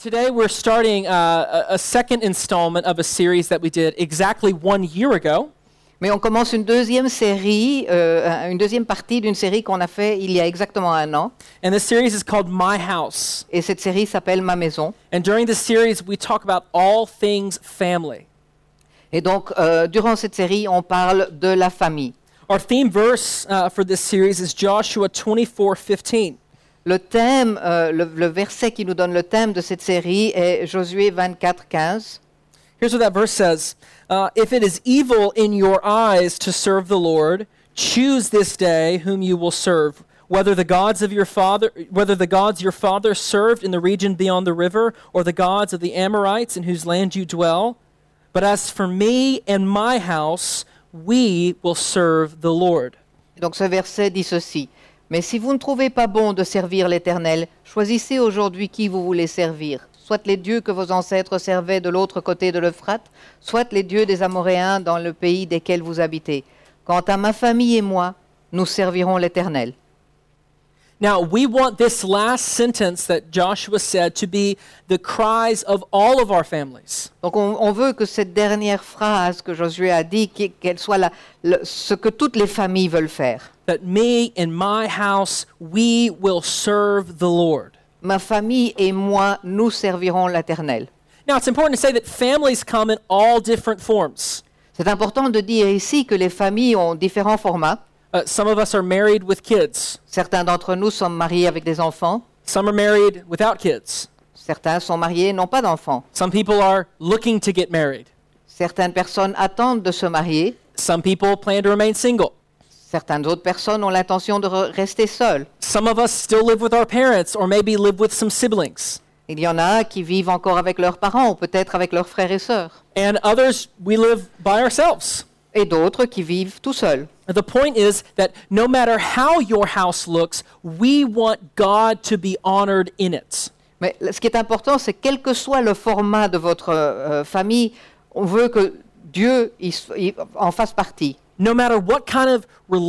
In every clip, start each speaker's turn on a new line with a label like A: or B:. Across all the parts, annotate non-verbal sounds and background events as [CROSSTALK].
A: Today, we're starting uh, a a second installment of a series that we did exactly one year ago.
B: Mais on commence une deuxième série, euh, une deuxième partie d'une série qu'on a fait il y a exactement un an.
A: And this series is called My House.
B: Et cette série s'appelle Ma maison.
A: And during this series, we talk about all things family.
B: Et donc, euh, durant cette série, on parle de la famille.
A: Our theme verse uh, for this series is Joshua 24 15.
B: Le thème, euh, le, le verset qui nous donne le thème de cette série est Josué 24, 15.
A: Here's what that verse says uh, If it is evil in your eyes to serve the Lord, choose this day whom you will serve. Whether the gods of your father, whether the gods your father served in the region beyond the river, or the gods of the Amorites in whose land you dwell, but as for me and my house, we will serve the Lord.
B: Donc ce verset dit ceci. Mais si vous ne trouvez pas bon de servir l'Éternel, choisissez aujourd'hui qui vous voulez servir. Soit les dieux que vos ancêtres servaient de l'autre côté de l'Euphrate, soit les dieux des Amoréens dans le pays desquels vous habitez. Quant à ma famille et moi, nous servirons l'Éternel.
A: Now, we want this last sentence that Joshua said to be the cries of all of our families.
B: Donc on, on veut que cette dernière phrase que Josué a dit, qui- qu'elle soit la- le- ce que toutes les familles veulent faire.
A: that me and my house we will serve the Lord.
B: Ma famille et moi, nous servirons l'Éternel.
A: Now, it's important to say that families come in all different forms.
B: C'est important de dire ici que les familles ont différents formats.
A: Uh, some of us are married with kids,
B: Certains d'entre nous sont mariés avec des enfants,
A: some are married without kids,
B: certains sont mariés et n'ont pas d'enfants.
A: some people are looking to get married,
B: Certaines personnes attendent de se marier,
A: some people plan to remain single.
B: certaines autres personnes ont l'intention de re- rester seules.
A: Some of us still live with our parents or maybe live with some siblings.
B: Il y en a qui vivent encore avec leurs parents ou peut-être avec leurs frères et sœurs,
A: And others, we live by ourselves.
B: et d'autres qui vivent tout seuls.
A: The point is that no matter how your house looks, we want God to be honored in it.
B: Mais ce qui est important, c'est quel que soit le format de votre euh, famille, on veut que Dieu y s- y- en fasse partie.
A: No matter what kind of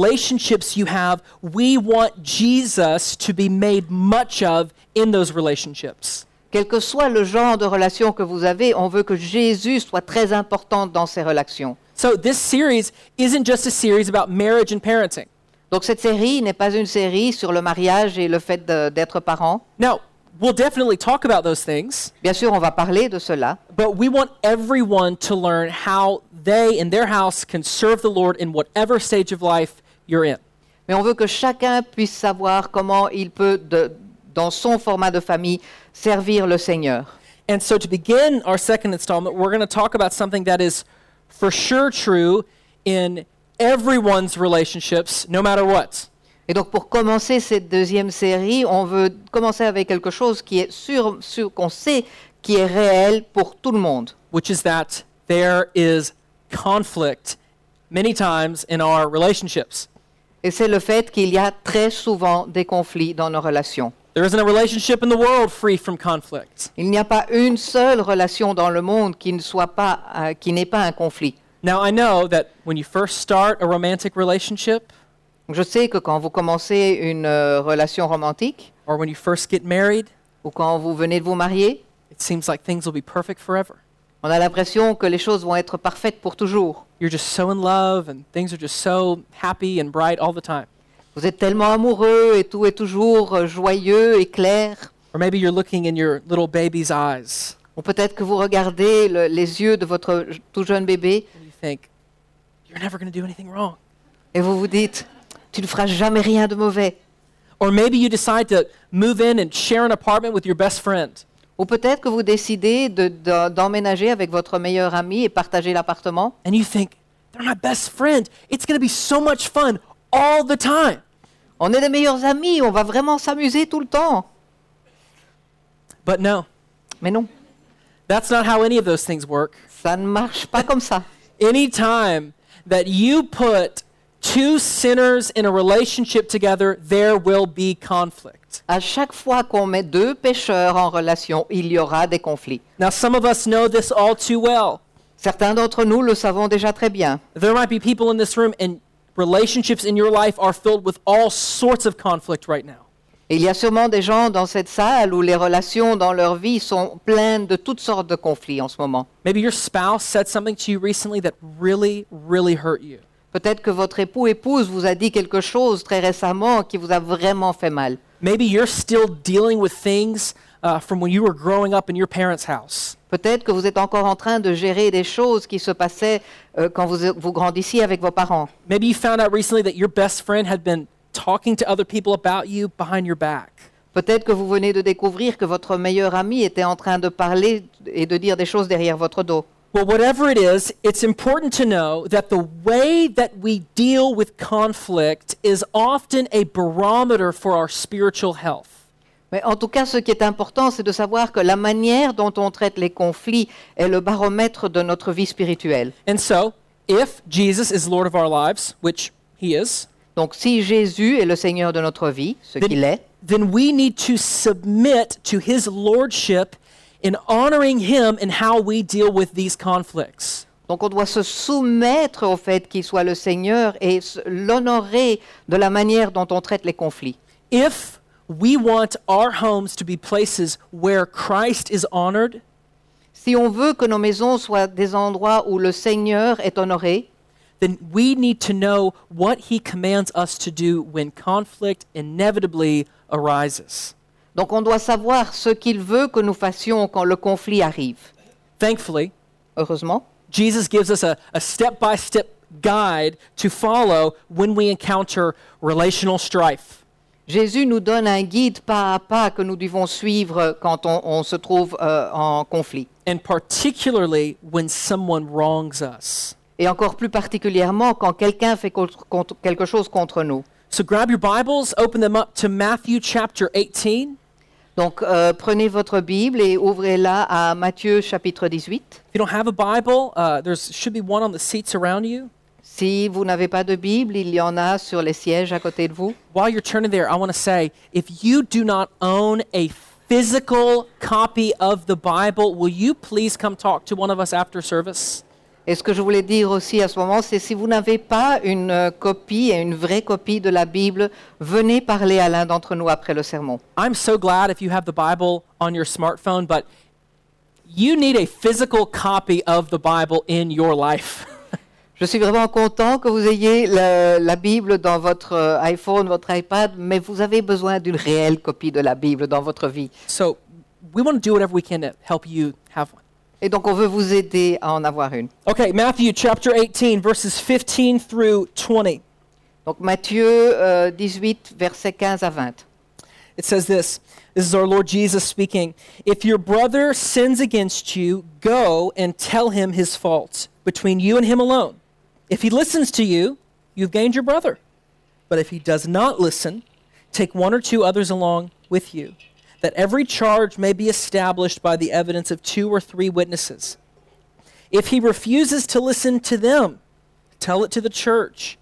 A: relationships you have, we want Jesus to be made much of in those relationships.
B: Quel que soit le genre de relation que vous avez, on veut que Jésus soit très important dans ces relations.
A: So, this series isn't just a series about marriage and parenting.
B: Donc cette série n'est pas une série sur le mariage et le fait de- d'être parent.
A: Now, we'll definitely talk about those things,
B: Bien sûr, on va parler de cela,
A: but we want everyone to learn how they and their house can serve the Lord in whatever stage of life you're in.
B: mais on veut que chacun puisse savoir comment il peut, de- dans son format de famille, servir le Seigneur.
A: And so, to begin our second installment, we're going to talk about something that is for sure true in everyone's relationships, no matter what.
B: Et donc pour commencer cette deuxième série, on veut commencer avec quelque chose qui est sûr, sûr qu'on sait qui est réel pour tout le monde.
A: which is that there is conflict many times in our relationships.
B: Et c'est le fait qu'il y a très souvent des conflits dans nos relations.
A: There isn't a relationship in the world free from conflict.
B: Il n'y a pas une seule relation dans le monde qui ne soit pas, euh, qui n'ait pas un conflit.
A: Now, I know that when you first start a romantic relationship
B: Je sais que quand vous commencez une euh, relation romantique
A: or when you first get married,
B: ou quand vous venez de vous marier,
A: it seems like things will be perfect forever.
B: on a l'impression que les choses vont être parfaites pour toujours.
A: You're just so in love and things are just so happy and bright all the time.
B: Vous êtes tellement amoureux et tout est toujours euh, joyeux et clair.
A: Or maybe you're looking in your little baby's eyes
B: Ou peut-être que vous regardez le- les yeux de votre j- tout jeune bébé
A: and you think, you're never going to do anything wrong.
B: et vous vous dites, tu ne feras jamais rien de mauvais.
A: Or maybe you decide to move in and share an apartment with your best friend.
B: Ou peut-être que vous décidez de- de- d'emménager avec votre meilleur ami et partager l'appartement.
A: and you think, they're my best friend. It's going to be so much fun all the time.
B: On est les meilleurs amis, on va vraiment s'amuser tout le temps.
A: But no,
B: Mais non,
A: that's not how any of those things work.
B: ça ne marche pas comme ça.
A: Any time that you put two sinners in a relationship together, there will be conflict.
B: À chaque fois qu'on met deux pêcheurs en relation, il y aura des conflits.
A: Now, some of us know this all too well.
B: Certains d'entre nous le savons déjà très bien.
A: There might be people in this room, and relationships in your life are filled with all sorts of conflict right now.
B: Et il y a sûrement des gens dans cette salle où les relations dans leur vie sont pleines de toutes sortes de conflits en ce moment.
A: Maybe your spouse said something to you recently that really, really hurt you.
B: Peut-être que votre époux épouse vous a dit quelque chose très récemment qui vous a vraiment fait mal.
A: Maybe you're still dealing with things uh, from when you were growing up in your parents' house.
B: Peut-être que vous êtes encore en train de gérer des choses qui se passaient euh, quand vous, vous grandissiez avec vos parents.
A: Maybe you found out recently that your best friend had been talking to other people about you behind your back.
B: Peut-être que vous venez de découvrir que votre meilleur ami était en train de parler et de dire des choses derrière votre dos.
A: Well, whatever it is, it's important to know that the way that we deal with conflict is often a barometer for our spiritual health.
B: Mais en tout cas, ce qui est important, c'est de savoir que la manière dont on traite les conflits est le baromètre de notre vie spirituelle.
A: And so, if Jesus is Lord of our lives, which he is,
B: Donc si Jésus est le Seigneur de notre vie, ce qu'il
A: then,
B: est,
A: then we need to submit to his lordship in honoring him in how we deal with these conflicts.
B: donc on doit se soumettre au fait qu'il soit le Seigneur et s- l'honorer de la manière dont on traite les conflits.
A: If we want our homes to be places where Christ is honored,
B: Si on veut que nos maisons soient des endroits où le Seigneur est honoré,
A: then we need to know what he commands us to do when conflict inevitably arises.
B: donc on doit savoir ce qu'il veut que nous fassions quand le conflit arrive.
A: Thankfully,
B: Heureusement,
A: Jesus gives us a step by step guide to follow when we encounter relational strife.
B: Jésus nous donne un guide pas à pas que nous devons suivre quand on, on se trouve euh, en conflit.
A: and particularly when someone wrongs us.
B: Et encore plus particulièrement quand quelqu'un fait contre- contre- quelque chose contre nous.
A: So grab your Bibles, open them up to Matthew chapter 18.
B: Donc euh, prenez votre Bible et ouvrez-la à Matthieu chapitre 18.
A: If you don't have a Bible, uh, there should be one on the seats around you.
B: Si vous n'avez pas de Bible, il y en a sur les sièges à côté de vous.
A: While you're turning there, I want to say if you do not own a physical copy of the Bible, will you please come talk to one of us after service?
B: Et ce que je voulais dire aussi à ce moment, c'est si vous n'avez pas une euh, copie et une vraie copie de la Bible, venez parler à l'un d'entre nous après le sermon.
A: I'm so glad if you have the Bible on your smartphone, but you need a physical copy of the Bible in your life. [LAUGHS]
B: Je suis vraiment content que vous ayez la, la Bible dans votre euh, iPhone, votre iPad, mais vous avez besoin d'une réelle copie de la Bible dans votre vie.
A: So we want to do whatever we can to help you have one.
B: Et donc on veut vous aider à en avoir une.
A: Okay, Matthew chapter 18, verses 15 through 20.
B: Donc Matthieu euh, 18, versets 15 à 20.
A: It says this This is our Lord Jesus speaking. If your brother sins against you, go and tell him his fault between you and him alone. If he listens to you, you've gained your brother. But if he does not listen, take one or two others along with you, that every charge may be established by the evidence of two or three witnesses. If he refuses to listen to them, tell it to the church.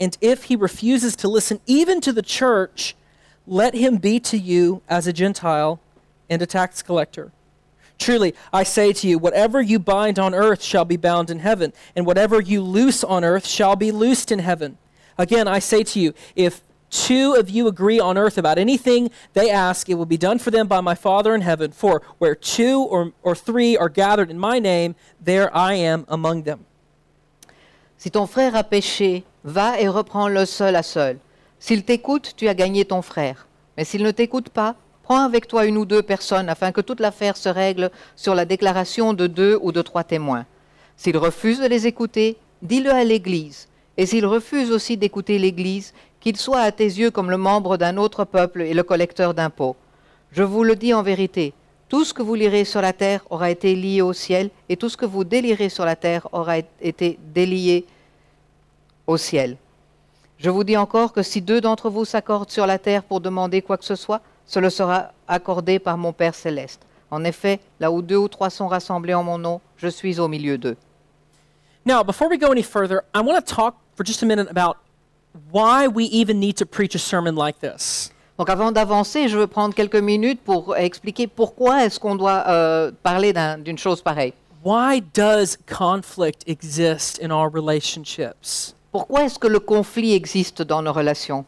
A: And if he refuses to listen even to the church, let him be to you as a Gentile and a tax collector. Truly, I say to you, whatever you bind on earth shall be bound in heaven, and whatever you loose on earth shall be loosed in heaven. Again, I say to you, if two of you agree on earth about anything they ask, it will be done for them by my Father in heaven. For where two or, or three are gathered in my name, there I am among them.
B: Si ton frère a péché, va et reprends-le seul à seul. S'il t'écoute, tu as gagné ton frère. Mais s'il ne t'écoute pas, prends avec toi une ou deux personnes afin que toute l'affaire se règle sur la déclaration de deux ou de trois témoins. S'il refuse de les écouter, dis-le à l'Église. Et s'il refuse aussi d'écouter l'Église, qu'il soit à tes yeux comme le membre d'un autre peuple et le collecteur d'impôts. Je vous le dis en vérité, tout ce que vous lirez sur la terre aura été lié au ciel, et tout ce que vous délirez sur la terre aura et- été délié au ciel. Je vous dis encore que si deux d'entre vous s'accordent sur la terre pour demander quoi que ce soit, cela sera accordé par mon Père céleste. En effet, là où deux ou trois sont rassemblés en mon nom, je suis au milieu d'eux.
A: Now, before we go any further, I want to talk for just a minute about why we even need to preach a sermon like this.
B: Donc avant d'avancer, je veux prendre quelques minutes pour expliquer pourquoi est-ce qu'on doit euh, parler d'un- d'une chose pareille.
A: Why does conflict exist in our relationships?
B: Pourquoi est-ce que le conflit existe dans nos relations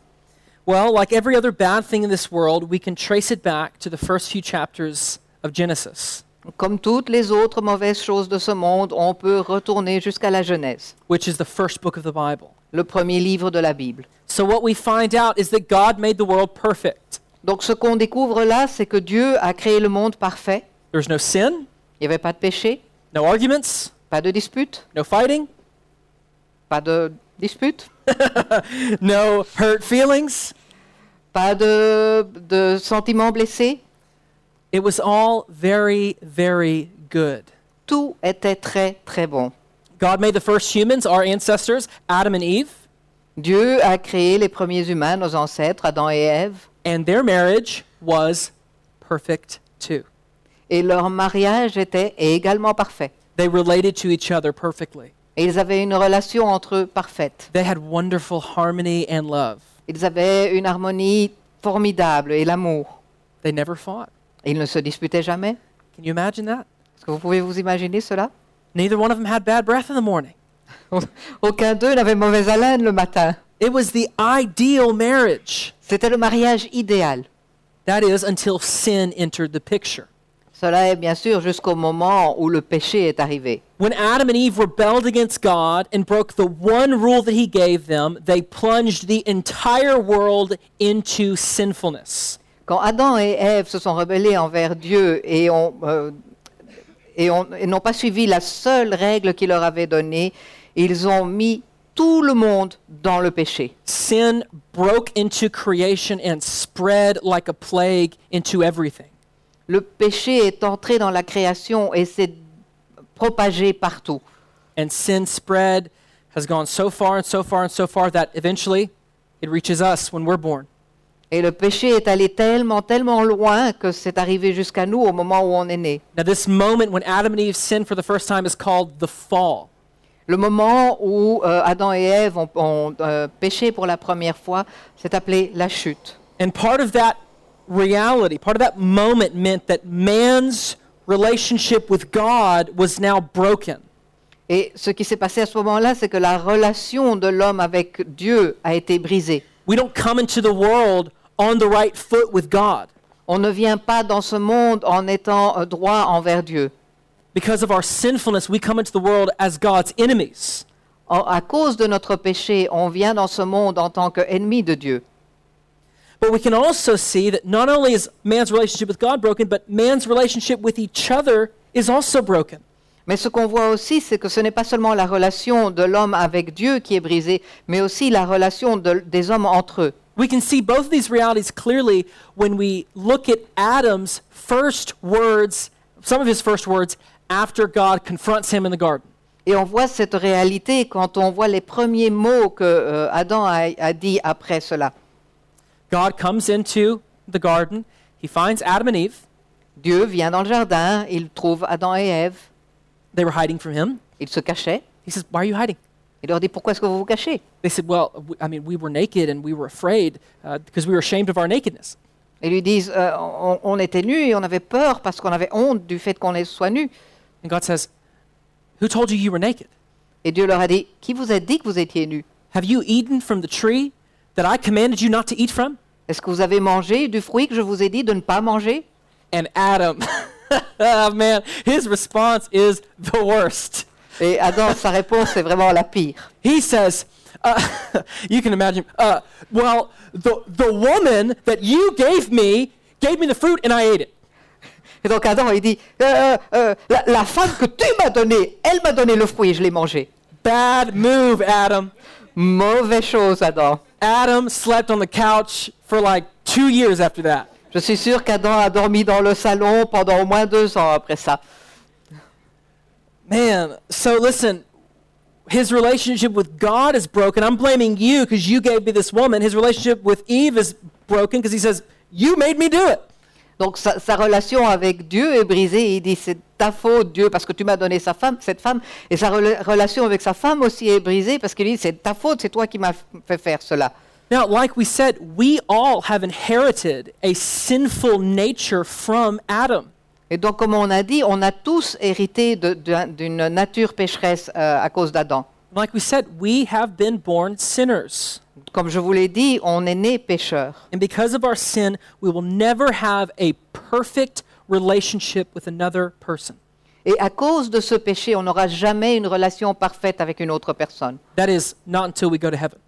A: Well, like every other bad thing in this world, we can trace it back to the first few chapters of Genesis,
B: Comme toutes les autres mauvaises choses de ce monde, on peut retourner jusqu'à la Genèse,
A: which is the first book of the Bible.
B: le premier livre de la Bible.
A: So, what we find out is that God made the world perfect.
B: Donc ce qu'on découvre là, c'est que Dieu a créé le monde parfait.
A: There's no sin,
B: Il n'y avait pas de péché,
A: no arguments,
B: pas de dispute,
A: no fighting, [LAUGHS]
B: pas de dispute,
A: no hurt feelings.
B: pas de, de sentiments blessés.
A: It was all very, very good.
B: Tout était très très bon.
A: God made the first humans, our ancestors, Adam and Eve,
B: Dieu a créé les premiers humains, nos ancêtres, Adam et Ève,
A: and their marriage was perfect too.
B: et leur mariage était également parfait.
A: They related to each other perfectly.
B: Et ils avaient une relation entre eux parfaite.
A: They had wonderful harmony and love.
B: Ils avaient une harmonie formidable et l'amour.
A: They never fought.
B: Et Ils ne se disputaient jamais.
A: Can you imagine that?
B: Est-ce que vous pouvez vous imaginer cela [LAUGHS]
A: Neither one of them had bad breath in the morning.
B: Aucun d'eux n'avait mauvaise haleine le matin.
A: It was the ideal marriage.
B: C'était le mariage idéal.
A: That is, until sin entered the picture.
B: Cela est bien sûr jusqu'au moment où le péché est arrivé.
A: When Adam and Eve rebelled against God and broke the one rule that He gave them, they plunged the entire world into sinfulness.
B: Quand Adam et Ève se sont rebellés envers Dieu et ont, euh, et ont- et n'ont pas suivi la seule règle qu'il leur avait donnée, ils ont mis tout le monde dans le péché.
A: Sin broke into creation and spread like a plague into everything.
B: Le péché est entré dans la création et s'est propagé partout.
A: And sin spread has gone so far and so far and so far that eventually it reaches us when we're born.
B: Et le péché est allé tellement, tellement loin que c'est arrivé jusqu'à nous au moment où on est né.
A: Now, this moment when Adam and Eve sinned for the first time is called the fall.
B: Le moment où euh, Adam et Ève ont, ont, euh, péché pour la première fois, c'est appelé la chute.
A: And part of that reality, part of that moment meant that man's relationship with God was now broken.
B: Et ce qui s'est passé à ce moment-là, c'est que la relation de l'homme avec Dieu a été brisée.
A: We don't come into the world on the right foot with God.
B: On ne vient pas dans ce monde en étant euh, droit envers Dieu.
A: Because of our sinfulness, we come into the world as God's enemies.
B: En- à cause de notre péché, on vient dans ce monde en tant qu'ennemi de Dieu.
A: But we can also see that not only is man's relationship with God broken, but man's relationship with each other is also broken.
B: Mais ce qu'on voit aussi, c'est que ce n'est pas seulement la relation de l'homme avec Dieu qui est brisée, mais aussi la relation de- des hommes entre eux.
A: We can see both of these realities clearly when we look at Adam's first words, some of his first words, after God confronts him in the garden.
B: Et on voit cette réalité quand on voit les premiers mots que euh, Adam a, a dit après cela.
A: God comes into the garden, he finds Adam and Eve.
B: Dieu vient dans le jardin, il trouve Adam et Ève,
A: They were hiding from him.
B: ils se cachaient.
A: He says, Why are you hiding?
B: Il leur dit pourquoi est-ce que vous vous cachez
A: They said, Well, w- I mean, we were naked and we were afraid uh, because we were ashamed of our nakedness.
B: Ils lui disent Euh, on, on était nus et on avait peur parce qu'on avait honte du fait qu'on est- soit nus.
A: And God says, Who told you you were naked?
B: Et Dieu leur a dit qui vous a dit que vous étiez nus
A: Have you eaten from the tree that I commanded you not to eat from?
B: Est-ce que vous avez mangé du fruit que je vous ai dit de ne pas manger
A: And Adam, [LAUGHS] oh man, his response is the worst.
B: Et Adam, sa réponse est vraiment la pire.
A: He says, uh, [LAUGHS] you can imagine, uh, well, the, the woman that you gave me gave me the fruit and I ate it.
B: Et donc Adam, il dit Euh, euh, la, la femme que tu m'as donnée, elle m'a donné le fruit et je l'ai mangé.
A: Bad move, Adam.
B: Mauvaise chose, Adam.
A: Adam slept on the couch for like two years after that.
B: Je suis sûr qu'Adam a dormi dans le salon pendant au moins deux ans après ça.
A: Man, so listen, his relationship with God is broken. I'm blaming you because you gave me this woman. His relationship with Eve is broken because he says, You made me do it.
B: Donc sa, sa relation avec Dieu est brisée. Il dit c'est ta faute Dieu parce que tu m'as donné sa femme, cette femme. Et sa rela- relation avec sa femme aussi est brisée parce qu'il dit c'est ta faute, c'est toi qui m'as fait faire cela.
A: Now, like we said, we all have inherited a sinful nature from Adam.
B: Et donc comme on a dit, on a tous hérité de- d'un- d'une nature pécheresse euh, à cause d'Adam.
A: Like we said, we have been born sinners.
B: Comme je vous l'ai dit, on est né pécheur.
A: And because of our sin, we will never have a perfect relationship with another person.
B: Et à cause de ce péché, on n'aura jamais une relation parfaite avec une autre personne.
A: That is, not until we go to heaven.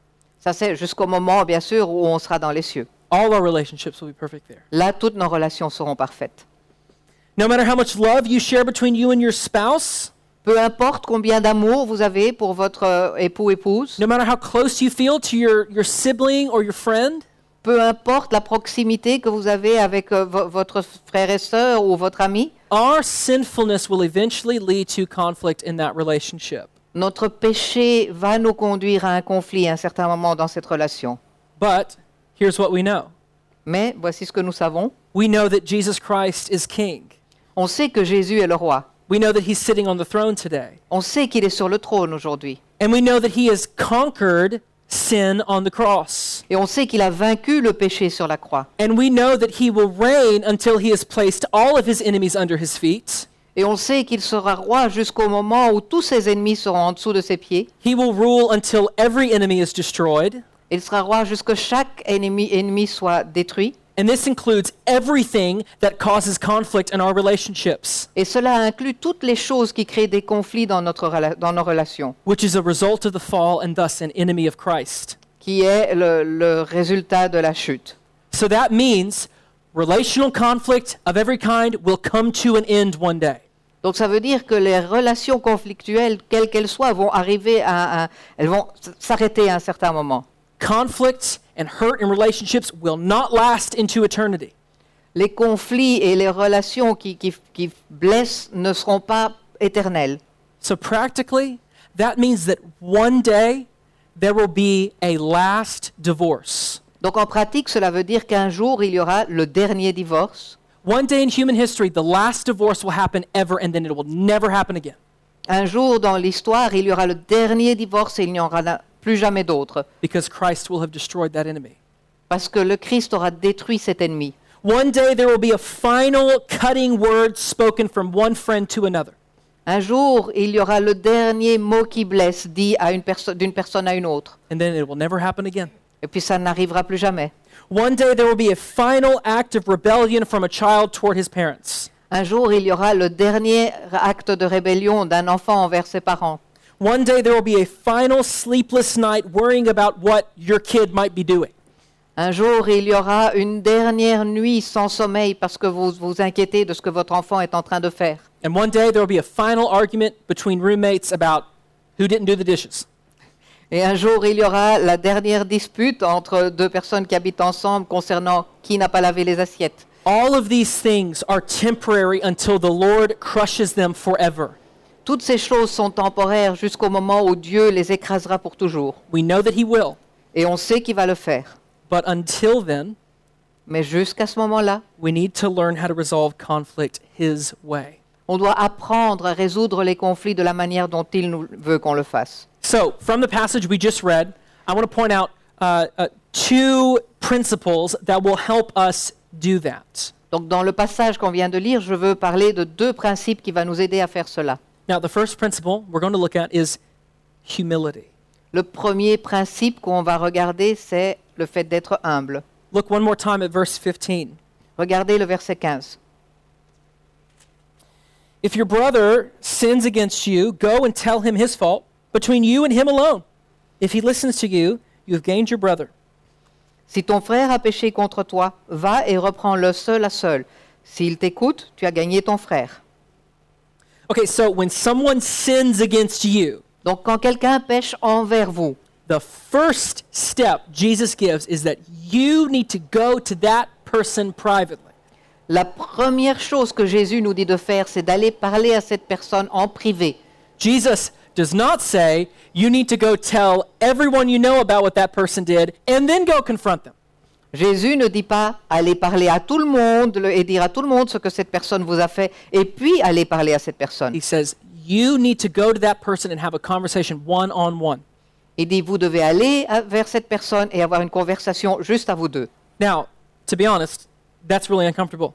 B: Ça, c'est jusqu'au moment, bien sûr, où on sera dans les cieux.
A: All our relationships will be perfect there.
B: Là, toutes nos relations seront parfaites.
A: No matter how much love you share between you and your spouse,
B: Peu importe combien d'amour vous avez pour votre euh, époux, épouse,
A: no matter how close you feel to your, your sibling or your friend,
B: peu importe la proximité que vous avez avec euh, vo- votre frère et sœur ou votre ami,
A: our sinfulness will eventually lead to conflict in that relationship.
B: notre péché va nous conduire à un conflit à un certain moment dans cette relation.
A: But here's what we know
B: Mais voici ce que nous savons.
A: we know that Jesus Christ is king.
B: On sait que Jésus est le roi.
A: We know that he's sitting on the throne today.
B: On sait qu'il est sur le trône aujourd'hui.
A: And we know that he has conquered sin on the cross.
B: Et on sait qu'il a vaincu le péché sur la croix.
A: And we know that he will reign until he has placed all of his enemies under his feet.
B: Et on sait qu'il sera roi jusqu'au moment où tous ses ennemis seront en dessous de ses pieds.
A: He will rule until every enemy is destroyed.
B: Il sera roi jusqu'à ce que chaque ennemi, ennemi soit détruit.
A: And this includes everything that causes conflict in our relationships,
B: Et cela inclut toutes les choses qui créent des conflits dans, notre rela- dans nos relations,
A: which is a result of the fall and thus an enemy of Christ.
B: qui est le, le résultat de la chute.
A: So that means relational conflict of every kind will come to an end one day.
B: Donc ça veut dire que les relations conflictuelles, quelles qu'elles soient, vont arriver à, un- elles vont s- s'arrêter à un certain moment.
A: Conflicts and hurt in relationships will not last into eternity.
B: Les conflits et les relations qui, qui, qui blessent ne seront pas éternels.
A: So practically, that means that one day there will be a last divorce.
B: Donc en pratique, cela veut dire qu'un jour, il y aura le dernier divorce.
A: One day in human history, the last divorce will happen ever and then it will never happen again.
B: Un jour dans l'histoire, il y aura le dernier divorce et il n'y en aura na- plus jamais d'autre.
A: because Christ will have destroyed that enemy.
B: Parce que le Christ aura détruit cet ennemi.
A: One day there will be a final cutting word spoken from one friend to another.
B: Un jour, il y aura le dernier mot qui blesse, dit à une perso- d'une personne à une autre.
A: and then it will never happen again.
B: Et puis ça n'arrivera plus jamais.
A: One day there will be a final act of rebellion from a child toward his parents.
B: Un jour, il y aura le dernier acte de rébellion d'un enfant envers ses parents.
A: One day there will be a final sleepless night worrying about what your kid might be doing.
B: Un jour, il y aura une dernière nuit sans sommeil parce que vous vous inquiétez de ce que votre enfant est en train de faire.
A: And one day there will be a final argument between roommates about who didn't do the dishes.
B: Et un jour, il y aura la dernière dispute entre deux personnes qui habitent ensemble concernant qui n'a pas lavé les assiettes.
A: All of these things are temporary until the Lord crushes them forever.
B: Toutes ces choses sont temporaires jusqu'au moment où Dieu les écrasera pour toujours.
A: We know that he will,
B: Et on sait qu'il va le faire.
A: but until then,
B: Mais jusqu'à ce moment-là,
A: We need to learn how to resolve conflict His way.
B: on doit apprendre à résoudre les conflits de la manière dont il nous veut qu'on le fasse.
A: So, from the passage we just read, I want to point out uh, uh, two principles that will help us do that.
B: Donc dans le passage qu'on vient de lire, je veux parler de deux principes qui vont nous aider à faire cela.
A: Now, the first principle we're going to look at is humility.
B: Le premier principe qu'on va regarder, c'est le fait d'être humble.
A: Look one more time at verse 15.
B: Regardez le verset 15.
A: If your brother sins against you, go and tell him his fault between you and him alone. If he listens to you, you have gained your brother.
B: Si ton frère a péché contre toi, va et reprends-le seul à seul. S'il t'écoute, tu as gagné ton frère.
A: Okay, so when someone sins against you,
B: Donc quand quelqu'un pêche envers vous,
A: The first step Jesus gives is that you need to go to that person privately.
B: la première chose que Jésus nous dit de faire, c'est d'aller parler à cette personne en privé.
A: Jesus does not say you need to go tell everyone you know about what that person did and then go confront them.
B: Jésus ne dit pas allez parler à tout le monde le- et dire à tout le monde ce que cette personne vous a fait et puis aller parler à cette personne.
A: He says you need to go to that person and have a conversation one on one.
B: Il dit vous devez aller à- vers cette personne et avoir une conversation juste à vous deux.
A: Now, to be honest, that's really uncomfortable,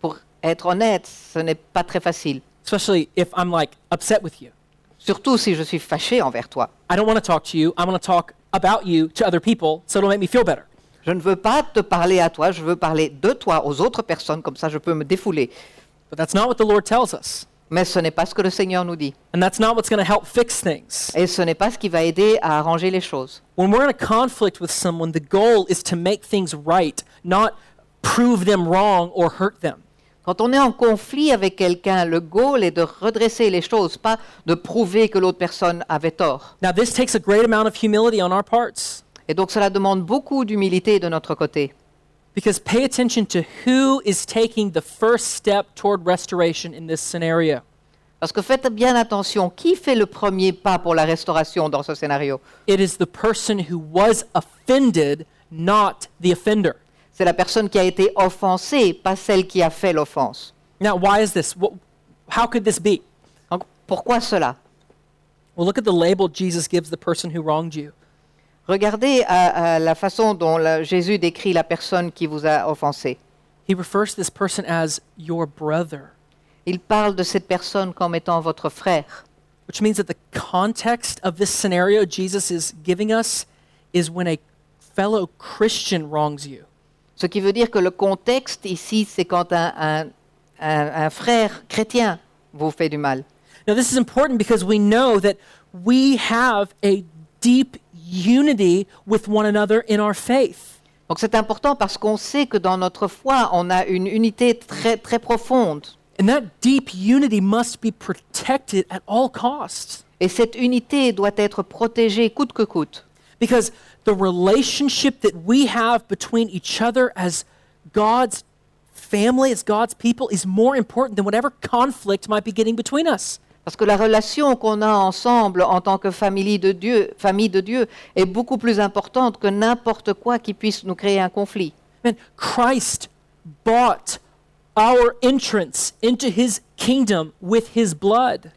B: Pour être honnête, ce n'est pas très facile,
A: especially if I'm like upset with you.
B: Surtout si je suis fâché envers toi.
A: I don't want to talk to you. I want to talk about you to other people so it'll make me feel better.
B: Je ne veux pas te parler à toi, je veux parler de toi aux autres personnes, comme ça je peux me défouler.
A: But that's not what the Lord tells us.
B: Mais ce n'est pas ce que le Seigneur nous dit.
A: And that's not what's going to help fix things.
B: Et ce n'est pas ce qui va aider à arranger les choses.
A: When we're in a conflict with someone, the goal is to make things right, not prove them wrong or hurt them.
B: Quand on est en conflit avec quelqu'un, le goal est de redresser les choses, pas de prouver que l'autre personne avait tort.
A: Now, this takes a great amount of humility on our parts
B: Et donc cela demande beaucoup d'humilité de notre côté.
A: because pay attention to who is taking the first step toward restoration in this scenario.
B: Parce que faites bien attention, qui fait le premier pas pour la restauration dans ce scénario
A: It is the person who was offended, not the offender.
B: C'est la personne qui a été offensée, pas celle qui a fait l'offense.
A: Now, why is this? What, how could this be?
B: Donc pourquoi cela
A: Well, look at the label Jesus gives the person who wronged you.
B: Regardez à- à la façon dont la- Jésus décrit la personne qui vous a offensé.
A: He refers to this person as your brother,
B: Il parle de cette personne comme étant votre frère.
A: which means that the context of this scenario Jesus is giving us is when a fellow Christian wrongs you.
B: Ce qui veut dire que le contexte ici, c'est quand un, un- un- un frère chrétien vous fait du mal.
A: Now, this is important because we know that we have a deep unity with one another in our faith.
B: Donc c'est important parce qu'on sait que dans notre foi, on a une unité très très profonde.
A: And that deep unity must be protected at all costs
B: Et cette unité doit être protégée coûte que coûte.
A: because the relationship that we have between each other as God's family, as God's people, is more important than whatever conflict might be getting between us.
B: Parce que la relation qu'on a ensemble en tant que famille de Dieu, famille de Dieu est beaucoup plus importante que n'importe quoi qui puisse nous créer un conflit.
A: Man, Christ bought our entrance into his kingdom with his blood.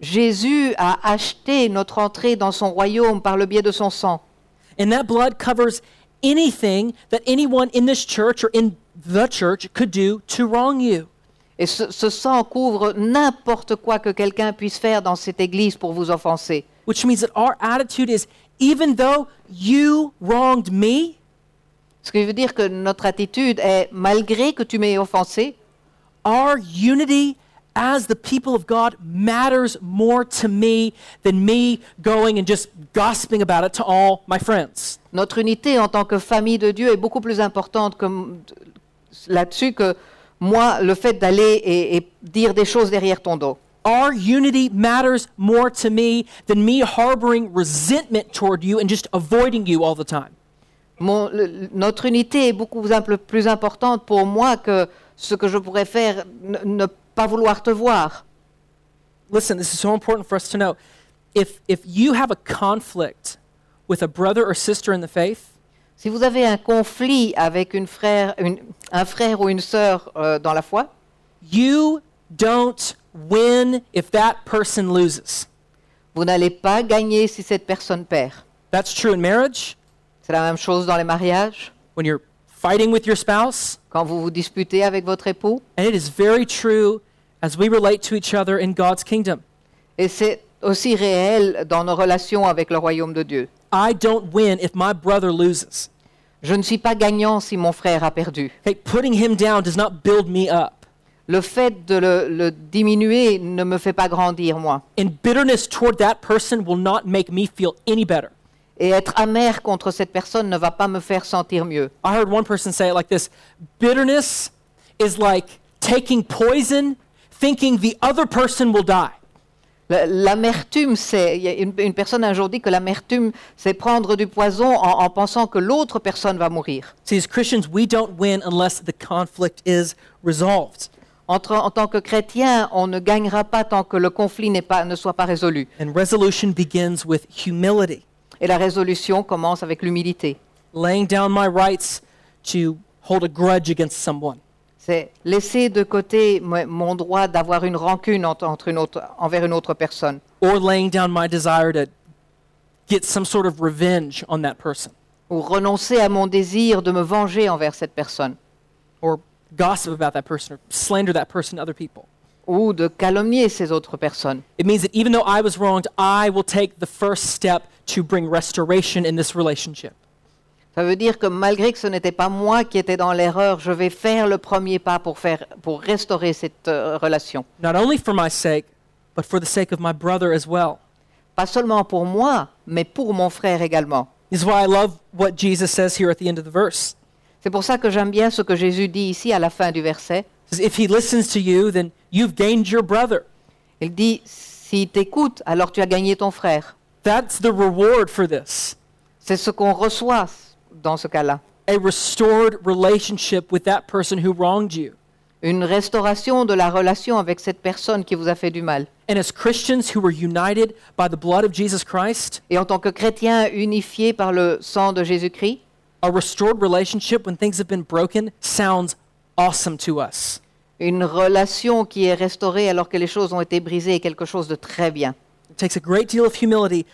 B: Jésus a acheté notre entrée dans son royaume par le biais de son sang.
A: And that blood covers anything that anyone in this church or in the church could do to wrong you.
B: Et ce, ce sang couvre n'importe quoi que quelqu'un puisse faire dans cette église pour vous offenser.
A: Which means that our attitude is even though you wronged me,
B: Ce qui veut dire que notre attitude est, malgré que tu m'aies offensé,
A: our unity as the people of God matters more to me than me going and just gossiping about it to all my friends.
B: notre unité en tant que famille de Dieu est beaucoup plus importante que m- là-dessus que moi, le fait d'aller et, et dire des choses derrière ton dos.
A: Our unity matters more to me than me harboring resentment toward you and just avoiding you all the time.
B: Mon- le- le- notre unité est beaucoup simple- plus importante pour moi que ce que je pourrais faire, ne- ne pas vouloir te voir.
A: listen, this is so important for us to know. If if you have a conflict with a brother or sister in the faith,
B: Si vous avez un conflit avec une frère, une- un frère ou une sœur euh, dans la foi,
A: you don't win if that person loses.
B: vous n'allez pas gagner si cette personne perd.
A: That's true in marriage,
B: C'est la même chose dans les mariages,
A: when you're fighting with your spouse,
B: quand vous vous disputez avec votre époux.
A: and it is very true as we relate to each other in God's kingdom.
B: Et c'est aussi réel dans nos relations avec le royaume de Dieu.
A: I don't win if my brother loses.
B: Je ne suis pas gagnant si mon frère a perdu.
A: Okay, putting him down does not build me up.
B: Le fait de le, le diminuer ne me fait pas grandir, moi.
A: And bitterness toward that person will not make me feel any better.
B: Et être amer contre cette personne ne va pas me faire sentir mieux.
A: I heard one person say it like this bitterness is like taking poison, thinking the other person will die.
B: La- L'amertume, c'est. il y a Une, une personne un jour dit que l'amertume, c'est prendre du poison en, en pensant que l'autre personne va mourir.
A: See, as Christians, we don't win unless the conflict is resolved.
B: Entre- en tant que chrétien, on ne gagnera pas tant que le conflit n'est pas- ne soit pas résolu.
A: And resolution begins with humility,
B: Et la résolution commence avec l'humilité.
A: laying down my rights to hold a grudge against someone.
B: C'est laisser de côté mo- mon droit d'avoir une rancune ent- entre une autre- envers une autre personne,
A: Or laying down my desire to get some sort of revenge on that person,
B: ou renoncer à mon désir de me venger envers cette personne,
A: or gossip about that person, or slander that person to other people.
B: ou de calomnier ces autres personnes.
A: It means that even though I was wronged, I will take the first step to bring restoration in this relationship.
B: Ça veut dire que malgré que ce n'était pas moi qui étais dans l'erreur, je vais faire le premier pas pour, faire, pour restaurer cette euh, relation.
A: Not only for my sake, but for the sake of my brother as well.
B: Pas seulement pour moi, mais pour mon frère également.
A: This is why I love what Jesus says here at the end of the verse.
B: C'est pour ça que j'aime bien ce que Jésus dit ici à la fin du verset.
A: He says, If he listens to you, then you've gained your brother.
B: Il dit, s'il t'écoute, alors tu as gagné ton frère.
A: That's the reward for this
B: C'est ce qu'on reçoit dans ce cas-là.
A: a restored relationship with that person who wronged you.
B: Une restauration de la relation avec cette personne qui vous a fait du mal.
A: And as Christians who were united by the blood of Jesus Christ,
B: Et en tant que chrétien unifié par le sang de Jésus-Christ,
A: a restored relationship when things have been broken sounds awesome to us.
B: une relation qui est restaurée alors que les choses ont été brisées est quelque chose de très bien.
A: It takes a great deal of humility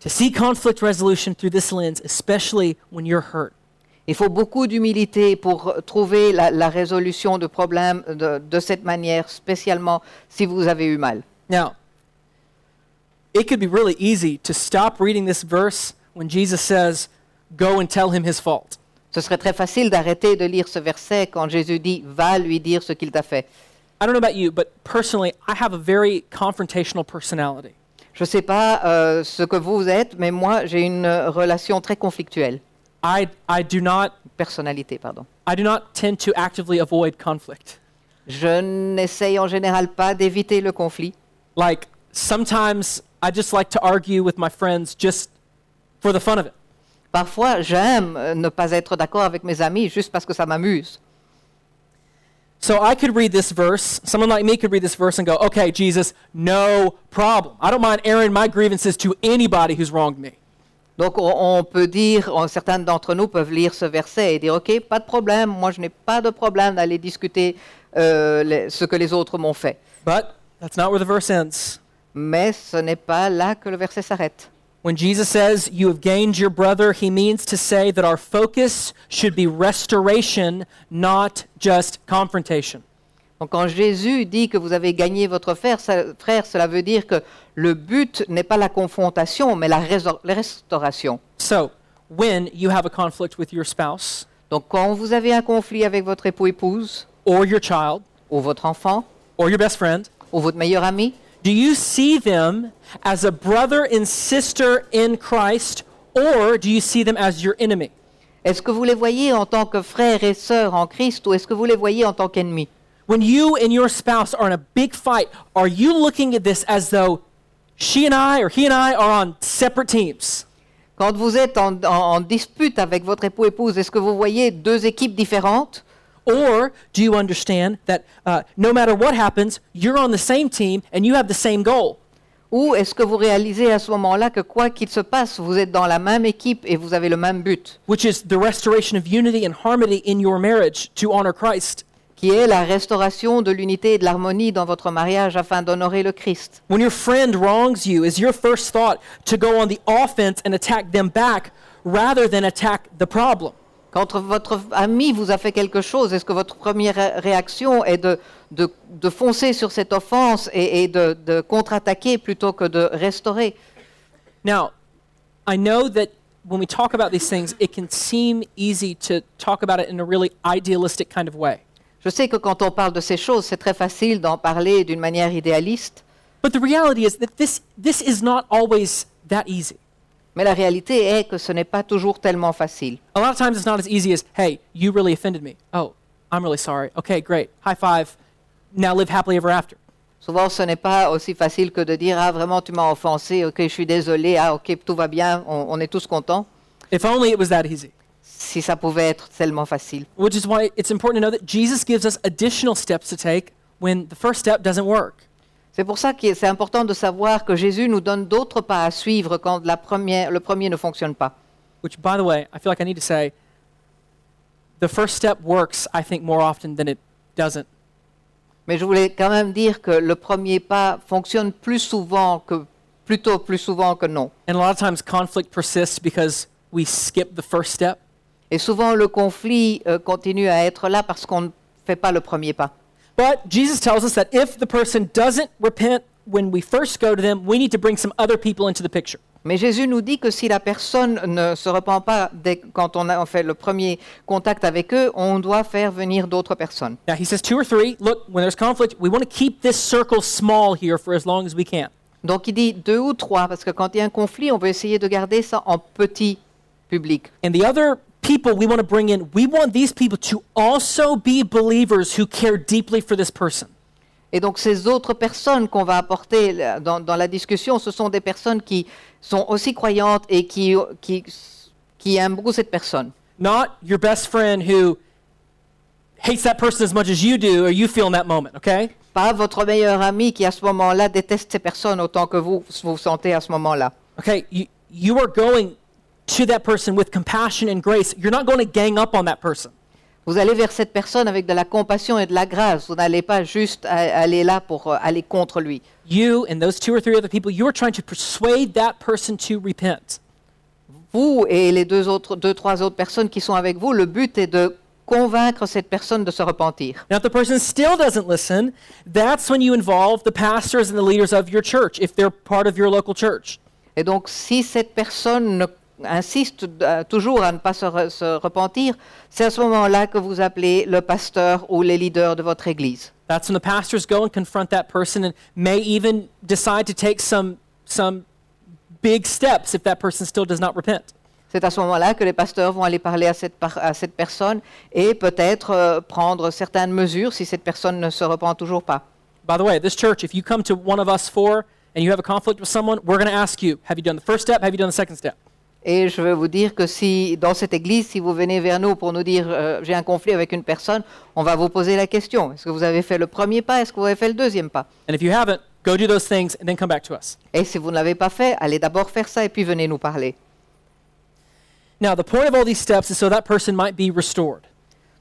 A: to see conflict resolution through this lens, especially when you're hurt.
B: Il faut beaucoup d'humilité pour trouver la, la résolution de problèmes de, de cette manière, spécialement si vous avez eu mal.
A: Now, it could be really easy to stop reading this verse when Jesus says, Go and tell him his fault.
B: Ce serait très facile d'arrêter de lire ce verset quand Jésus dit ⁇ Va lui dire ce qu'il t'a fait ⁇
A: I don't know about you, but personally, I have a very confrontational personality.
B: Je ne sais pas euh, ce que vous êtes, mais moi j'ai une euh, relation très conflictuelle,
A: I, I, do not,
B: personnalité, pardon.
A: I do not tend to actively avoid conflict.
B: Je n'essaye en général pas d'éviter le conflit.
A: Like, sometimes I just like to argue with my friends just for the fun of it.
B: Parfois j'aime euh, ne pas être d'accord avec mes amis juste parce que ça m'amuse.
A: So I could read this verse. Someone like me could read this verse and go, okay, Jesus, no problem. I don't mind airing my grievances to anybody who's wronged me.
B: Donc on, on peut dire, on- certains d'entre nous peuvent lire ce verset et dire, OK, pas de problème, moi je n'ai pas de problème d'aller discuter euh, les- ce que les autres m'ont fait.
A: But that's not where the verse ends.
B: Mais ce n'est pas là que le verset s'arrête.
A: When Jesus says, you have gained your brother, he means to say that our focus should be restoration, not just confrontation.
B: Donc quand Jésus dit que vous avez gagné votre frère, ça- frère, cela veut dire que le but n'est pas la confrontation, mais la, résor- la restauration.
A: So when you have a conflict with your spouse
B: Donc quand vous avez un conflit avec votre époux-épouse,
A: or your child
B: ou votre enfant,
A: or your best friend,
B: ou votre meilleur ami,
A: Do you see them as a brother and sister in Christ, or do you see them as your enemy?
B: est-ce que vous les voyez en tant que frères et sœurs en Christ, ou est-ce que vous les voyez en tant qu'ennemis
A: When you and your spouse are in a big fight, are you looking at this as though she and I or he and I are on separate teams?
B: Quand vous êtes en, en- en dispute avec votre époux-épouse, est-ce que vous voyez deux équipes différentes
A: Or do you understand that uh, no matter what happens, you're on the same team and you have the same goal?
B: Ou est-ce que vous réalisez à ce moment-là que quoi qu'il se passe, vous êtes dans la même équipe et vous avez le même but,
A: Which is the restoration of unity and harmony in your marriage to honor Christ.
B: qui est la restauration de l'unité et de l'harmonie dans votre mariage afin d'honorer le Christ
A: When your friend wrongs you, is your first thought to go on the offense and attack them back rather than attack the problem?
B: Quand votre ami vous a fait quelque chose, est-ce que votre première ré- réaction est de, de- de foncer sur cette offense et, et de, de contre-attaquer plutôt que de restaurer
A: Now, I know that when we talk about these things, it can seem easy to talk about it in a really idealistic kind of way.
B: Je sais que quand on parle de ces choses, c'est très facile d'en parler d'une manière idéaliste.
A: But the reality is that this, this is not always that easy.
B: Mais la réalité est que ce n'est pas toujours tellement facile.
A: A lot of times it's not as easy as, hey, you really offended me. Oh, I'm really sorry. Okay, great. High five. Now live happily ever after.
B: Souvent, ce n'est pas aussi facile que de dire Ah, vraiment, tu m'as offensé, ok, je suis désolé, ah, ok, tout va bien, on, on est tous contents.
A: If only it was that easy.
B: Si ça pouvait être tellement facile.
A: Which is why it's important to know that Jesus gives us additional steps to take when the first step doesn't work.
B: C'est pour ça que c'est important de savoir que Jésus nous donne d'autres pas à suivre quand la première- le premier ne fonctionne pas.
A: Which, by the way, I feel like I need to say the first step works, I think, more often than it doesn't.
B: Mais je voulais quand même dire que le premier pas fonctionne plus souvent que, plutôt plus souvent que non.
A: And a lot of times conflict persists because we skip the first step.
B: Et souvent, le conflit euh, continue à être là parce qu'on ne fait pas le premier pas.
A: But Jesus tells us that if the person doesn't repent when we first go to them, we need to bring some other people into the picture.
B: Mais Jésus nous dit que si la personne ne se repent pas dès, quand on a fait le premier contact avec eux, on doit faire venir d'autres personnes.
A: Now, he says two or three. Look, when there's conflict, we want to keep this circle small here for as long as we can.
B: Donc il dit deux ou trois, parce que quand il y a un conflit, on veut essayer de garder ça en petit public.
A: And the other people we want to bring in, we want these people to also be believers who care deeply for this person.
B: Et donc ces autres personnes qu'on va apporter là, dans, dans la discussion, ce sont des personnes qui sont aussi croyantes et qui, qui, qui aiment beaucoup cette personne.
A: Not your best friend who hates that person as much as you do or you feel in that moment, okay?
B: Pas votre meilleur ami qui à ce moment-là déteste ces personnes autant que vous vous sentez à ce moment-là.
A: Okay, you, you are going to that person with compassion and grace. You're not going to gang up on that person.
B: Vous allez vers cette personne avec de la compassion et de la grâce. Vous n'allez pas juste a- aller là pour euh, aller contre lui.
A: You and those two or three other people, you are trying to persuade that person to repent.
B: Vous et les deux, autres, deux, trois autres personnes qui sont avec vous, le but est de convaincre cette personne de se repentir.
A: Now, if the person still doesn't listen, that's when you involve the pastors and the leaders of your church, if they're part of your local church.
B: Et donc, si cette personne ne- insiste euh, toujours à ne pas se, re- se repentir, c'est à ce moment-là que vous appelez le pasteur ou les leaders de votre église.
A: That's when the pastors go and confront that person and may even decide to take some, some big steps if that person still does not repent.
B: C'est à ce moment-là que les pasteurs vont aller parler à cette, par- à cette personne et peut-être euh, prendre certaines mesures si cette personne ne se repent toujours pas.
A: By the way, this church, if you come to one of us four and you have a conflict with someone, we're going to ask you, have you done the first step? Have you done the second step?
B: Et je veux vous dire que si dans cette église, si vous venez vers nous pour nous dire euh, j'ai un conflit avec une personne, on va vous poser la question. Est-ce que vous avez fait le premier pas Est-ce que vous avez fait le deuxième pas
A: And if you haven't, go do those things and then come back to us.
B: Et si vous ne l'avez pas fait, allez d'abord faire ça et puis venez nous parler.
A: Now, the point of all these steps is so that person might be restored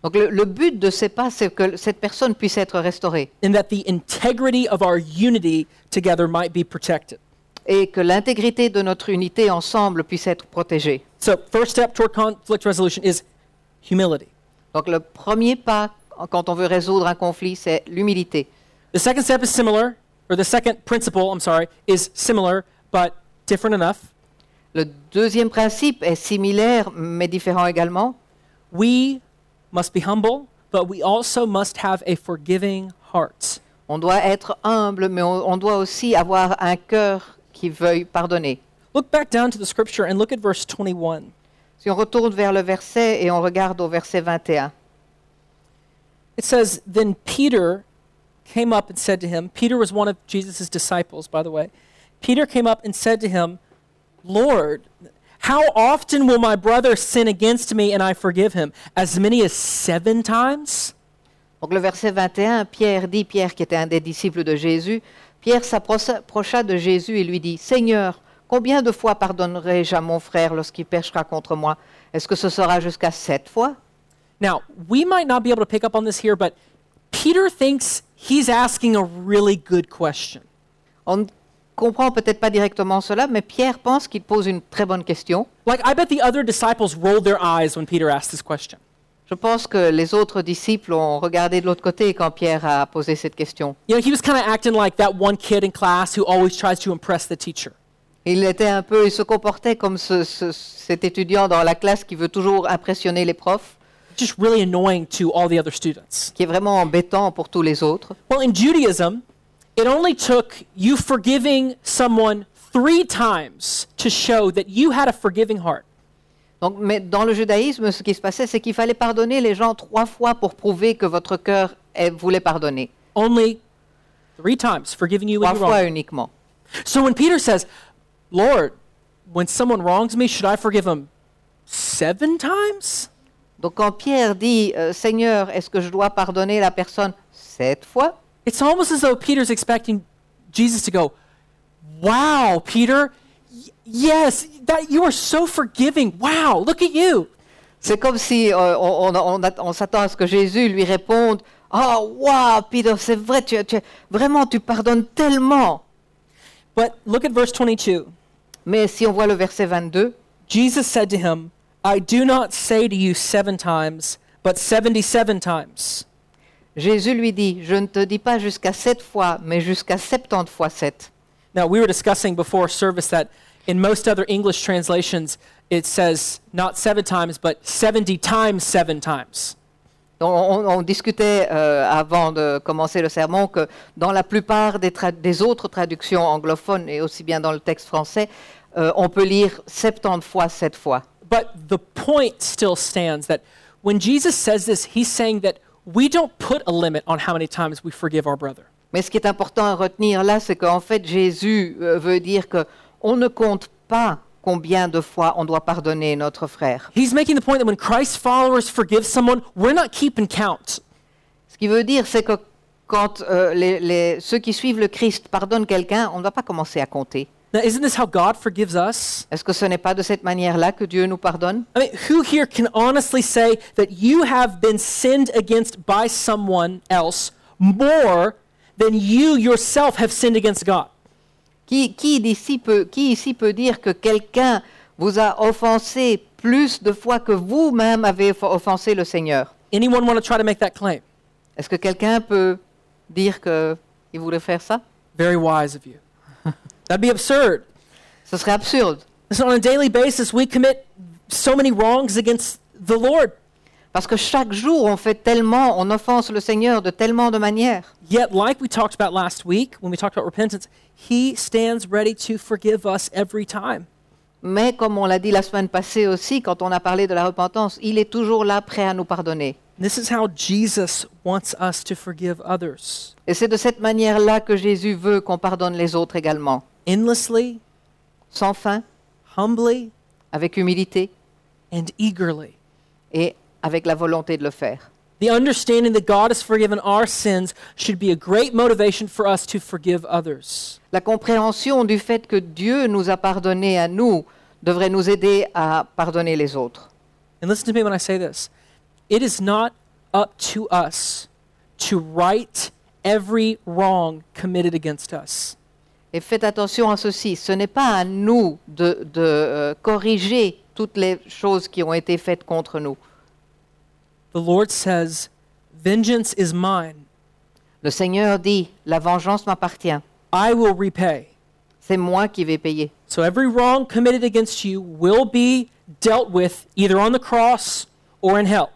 B: Donc le, le but de ces pas, c'est que cette personne puisse être restaurée
A: and that the integrity of our unity together might be protected.
B: et que l'intégrité de notre unité ensemble puisse être protégée.
A: So, first step toward conflict resolution is humility.
B: Donc le premier pas quand on veut résoudre un conflit, c'est l'humilité.
A: The second step is similar, or the second principle, I'm sorry, is similar but different enough.
B: Le deuxième principe est similaire mais différent également.
A: We must be humble, but we also must have a forgiving heart.
B: On doit être humble, mais on, on doit aussi avoir un cœur qui veuille pardonner.
A: Look back down to the scripture and look at verse 21.
B: Si on retourne vers le verset et on regarde au verset 21.
A: It says, Then Peter came up and said to him, Peter was one of Jesus' disciples, by the way. Peter came up and said to him, Lord, how often will my brother sin against me and I forgive him? As many as seven times?
B: Donc le verset 21, Pierre dit, Pierre qui était un des disciples de Jésus, Pierre s'approcha de Jésus et lui dit, Seigneur, combien de fois pardonnerai-je à mon frère lorsqu'il péchera contre moi Est-ce que ce sera jusqu'à sept fois
A: Now, we might not be able to pick up on this here, but Peter thinks he's asking a really good question.
B: On ne comprend peut-être pas directement cela, mais Pierre pense qu'il pose une très bonne question.
A: Like, I bet the other disciples rolled their eyes when Peter asked this question.
B: Je pense que les autres disciples ont regardé de l'autre côté quand Pierre a posé cette question.
A: You know, he was kind of acting like that one kid in class who always tries to impress the teacher.
B: Il était un peu, il se comportait comme ce- ce- cet étudiant dans la classe qui veut toujours impressionner les profs,
A: just really annoying to all the other students.
B: qui est vraiment embêtant pour tous les autres.
A: Well, in Judaism, it only took you forgiving someone three times to show that you had a forgiving heart.
B: Donc, mais dans le judaïsme, ce qui se passait, c'est qu'il fallait pardonner les gens trois fois pour prouver que votre cœur eh, voulait pardonner,
A: Only three times, forgiving you when
B: trois
A: you
B: fois
A: wrong.
B: uniquement.
A: So when Peter says, Lord, when someone wrongs me, should I forgive him seven times?
B: Donc quand Pierre dit, euh, Seigneur, est-ce que je dois pardonner la personne sept fois
A: It's almost as though Peter's expecting Jesus to go, Wow, Peter, y- yes, that you are so forgiving. Wow, look at you.
B: C'est comme si euh, on, on- on att- on s'attend à ce que Jésus lui réponde Ah, waouh, Peter, c'est vrai, tu, tu- vraiment, tu pardonnes tellement.
A: But look at verse 22.
B: Mais si on voit le verset 22,
A: Jesus said to him, I do not say to you seven times, but 77 times.
B: Jésus lui dit, je ne te dis pas jusqu'à sept fois, mais jusqu'à septante fois sept.
A: Now, we were discussing before service that in most other English translations, it says not seven times, but 70 times seven times.
B: On, on- on discutait euh, avant de commencer le sermon que dans la plupart des, tra- des autres traductions anglophones et aussi bien dans le texte français, euh, on peut lire 70 fois sept fois.
A: But the point still stands that when Jesus says this, he's saying that we don't put a limit on how many times we forgive our brother.
B: Mais ce qui est important à retenir là, c'est qu'en fait Jésus euh, veut dire que on ne compte pas combien de fois on doit pardonner notre frère.
A: He's making the point that when Christ's followers forgive someone, we're not keeping count.
B: Ce qui veut dire, c'est que quand euh, les- les- ceux qui suivent le Christ pardonnent quelqu'un, on ne va pas commencer à compter.
A: Now, isn't this how God forgives us?
B: Est-ce que ce n'est pas de cette manière-là que Dieu nous pardonne
A: I mean, who here can honestly say that you have been sinned against by someone else more than you yourself have sinned against God?
B: qui, qui d'ici peut, qui ici peut dire que quelqu'un vous a offensé plus de fois que vous-même avez offo- offensé le Seigneur
A: Anyone want to try to make that claim?
B: Est-ce que quelqu'un peut dire qu'il voulait faire ça
A: Very wise of you. [LAUGHS] That'd be absurd.
B: Ce serait absurde.
A: So on a daily basis, we commit so many wrongs against the Lord,
B: Parce que chaque jour, on fait tellement, on offense le Seigneur de tellement de manières.
A: yet, like we talked about last week when we talked about repentance, He stands ready to forgive us every time.
B: Mais comme on l'a dit la semaine passée aussi, quand on a parlé de la repentance, il est toujours là prêt à nous pardonner.
A: And this is how Jesus wants us to forgive others
B: Et c'est de cette manière-là que Jésus veut qu'on pardonne les autres également,
A: endlessly,
B: sans fin,
A: humbly,
B: avec humilité
A: and eagerly.
B: et avec la volonté de le faire.
A: The understanding that God has forgiven our sins should be a great motivation for us to forgive others.
B: La compréhension du fait que Dieu nous a pardonné à nous devrait nous aider à pardonner les autres.
A: And listen to me when I say this it is not up to us to right every wrong committed against us.
B: Et faites attention à ceci, ce n'est pas à nous de, de, euh, corriger toutes les choses qui ont été faites contre nous.
A: The Lord says, Vengeance is mine,
B: Le Seigneur dit, la vengeance m'appartient,
A: I will repay.
B: c'est moi qui vais payer.
A: So every wrong committed against you will be dealt with either on the cross or in hell.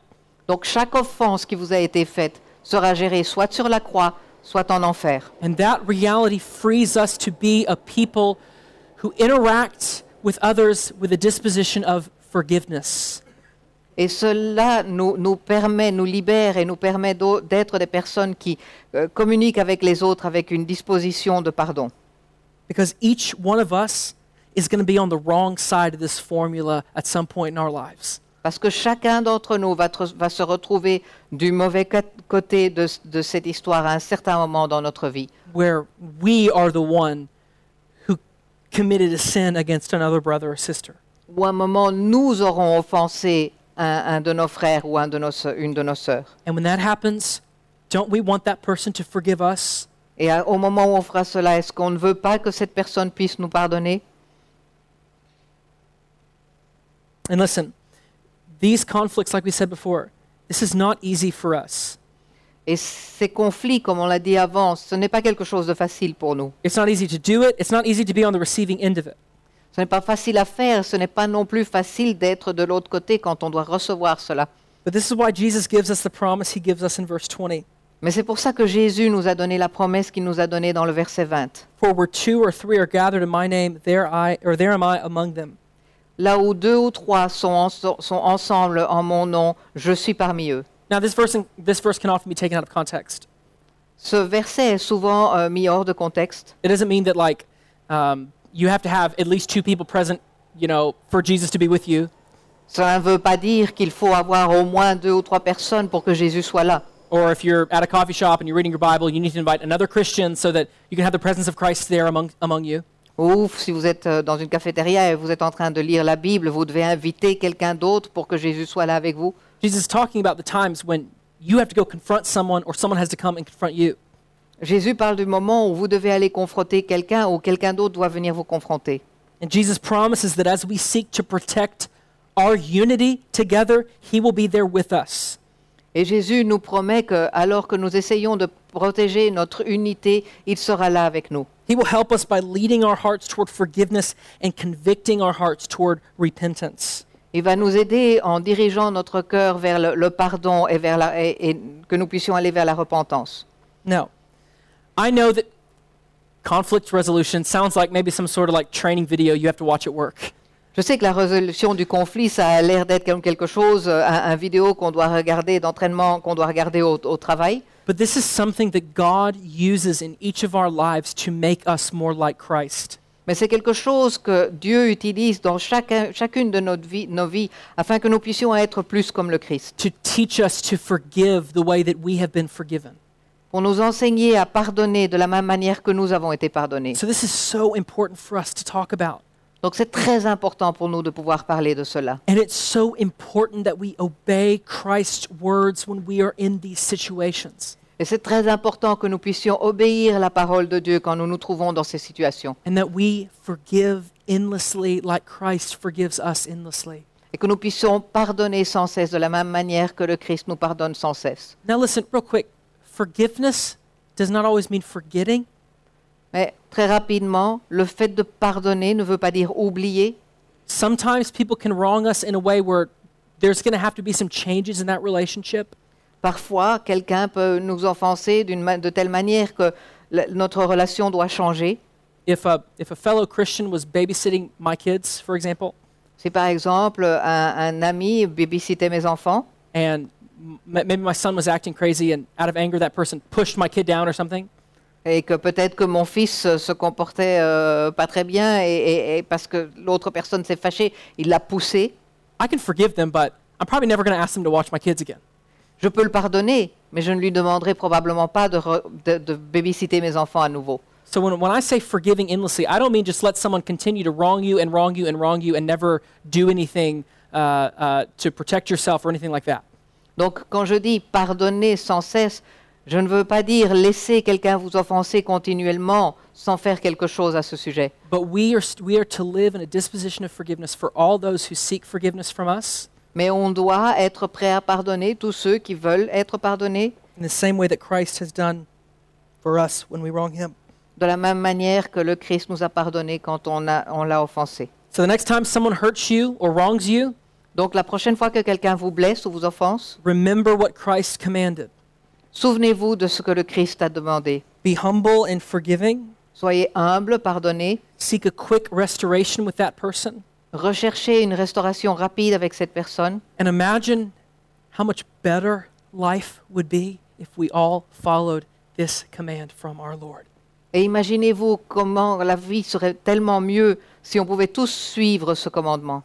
B: Donc chaque offense qui vous a été faite sera gérée soit sur la croix, soit en enfer.
A: And that reality frees us to be a people who interact with others with a disposition of forgiveness.
B: Et cela nous, nous permet, nous libère et nous permet d'au- d'être des personnes qui euh, communiquent avec les autres avec une disposition de pardon.
A: Because each one of us is going to be on the wrong side of this formula at some point in our lives.
B: Parce que chacun d'entre nous va, tr- va se retrouver du mauvais co- côté de, c- de cette histoire à un certain moment dans notre vie,
A: where we are the one who committed a sin against another brother or sister.
B: où à un moment nous aurons offensé un, un de nos frères ou un de nos sœurs- une de nos sœurs.
A: And when that happens, don't we want that person to forgive us?
B: Et à- au moment où on fera cela, est-ce qu'on ne veut pas que cette personne puisse nous pardonner
A: And listen, these conflicts, like we said before, this is not easy for us.
B: Et ces conflits, comme on l'a dit avant, ce n'est pas quelque chose de facile pour nous.
A: It's not easy to do it, it's not easy to be on the receiving end of it.
B: Ce n'est pas facile à faire, ce n'est pas non plus facile d'être de l'autre côté quand on doit recevoir cela.
A: But this is why Jesus gives us the promise he gives us in verse 20.
B: Mais c'est pour ça que Jésus nous a donné la promesse qu'il nous a donnée dans le verset 20.
A: For where two or three are gathered in my name, there I or there am I among them.
B: Là où deux ou trois sont, en- sont ensemble en mon nom, je suis parmi eux.
A: Now this verse this verse can often be taken out of context.
B: Ce verset est souvent euh, mis hors de contexte.
A: It doesn't mean that like um, you have to have at least two people present, you know, for Jesus to be with you,
B: Cela ne veut pas dire qu'il faut avoir au moins deux ou trois personnes pour que Jésus soit là.
A: or if you're at a coffee shop and you're reading your Bible, you need to invite another Christian so that you can have the presence of Christ there among among you.
B: Ouf, si vous êtes euh, dans une cafétéria et vous êtes en train de lire la Bible, vous devez inviter quelqu'un d'autre pour que Jésus soit là avec vous.
A: Jesus is talking about the times when you have to go confront someone or someone has to come and confront you.
B: Jésus parle du moment où vous devez aller confronter quelqu'un ou quelqu'un d'autre doit venir vous confronter.
A: And Jesus promises that as we seek to protect our unity together, he will be there with us.
B: Et Jésus nous promet que, alors que nous essayons de protéger notre unité, il sera là avec nous.
A: He will help us by leading our hearts toward forgiveness and convicting our hearts toward repentance.
B: Il va nous aider en dirigeant notre cœur vers le, le pardon et, vers la- et- et que nous puissions aller vers la repentance.
A: Now, I know that conflict resolution sounds like maybe some sort of like training video you have to watch at work.
B: Je sais que la résolution du conflit, ça a l'air d'être comme quelque chose, euh, un, un vidéo qu'on doit regarder, d'entraînement qu'on doit regarder au- au travail.
A: But this is something that God uses in each of our lives to make us more like Christ.
B: Mais c'est quelque chose que Dieu utilise dans chacun- chacune de notre vie- nos vies afin que nous puissions être plus comme le Christ,
A: to teach us to forgive the way that we have been forgiven.
B: pour nous enseigner à pardonner de la même manière que nous avons été pardonnés.
A: So, this is so important for us to talk about.
B: Donc c'est très important pour nous de pouvoir parler de cela.
A: And it's so important that we obey Christ's words when we are in these situations
B: Et c'est très important que nous puissions obéir à la parole de Dieu quand nous nous trouvons dans ces situations
A: and that we forgive endlessly like Christ forgives us endlessly.
B: et que nous puissions pardonner sans cesse de la même manière que le Christ nous pardonne sans cesse.
A: Now, listen, real quick forgiveness does not always mean forgetting,
B: Mais très rapidement, le fait de pardonner ne veut pas dire oublier.
A: sometimes people can wrong us in a way where there's going to have to be some changes in that relationship.
B: Parfois, quelqu'un peut nous offenser d'une ma- de telle manière que la- notre relation doit changer.
A: If a, if a fellow Christian was babysitting my kids, for example,
B: Si par exemple un, un ami babysitait mes enfants
A: and m- maybe my son was acting crazy and out of anger that person pushed my kid down or something
B: et que peut-être que mon fils euh, se comportait euh, pas très bien et, et- et parce que l'autre personne s'est fâchée, il l'a poussé,
A: i can forgive them but i'm probably never going to ask them to watch my kids again
B: je peux le pardonner, mais je ne lui demanderai probablement pas de, re- de, de babysitter mes enfants à nouveau.
A: so when, when i say forgiving endlessly i don't mean just let someone continue to wrong you and wrong you and wrong you and never do anything uh, uh, to protect yourself or anything like that
B: Donc quand je dis pardonner sans cesse, je ne veux pas dire laisser quelqu'un vous offenser continuellement sans faire quelque chose à ce sujet.
A: but we are, st- we are to live in a disposition of forgiveness for all those who seek forgiveness from us
B: Mais on doit être prêt à pardonner tous ceux qui veulent être pardonnés
A: in the same way that christ has done for us when we wrong him
B: de la même manière que le Christ nous a pardonné quand on a- on l'a offensé.
A: so the next time someone hurts you or wrongs you
B: Donc la prochaine fois que quelqu'un vous blesse ou vous offense,
A: remember what christ commanded
B: souvenez-vous de ce que le Christ a demandé.
A: Be humble and forgiving.
B: Soyez humble, pardonnez,
A: Seek a quick restoration with that person.
B: recherchez une restauration rapide avec cette personne
A: And imagine how much better life would be if we all followed this command from our Lord.
B: et imaginez-vous comment la vie serait tellement mieux si on pouvait tous suivre ce commandement.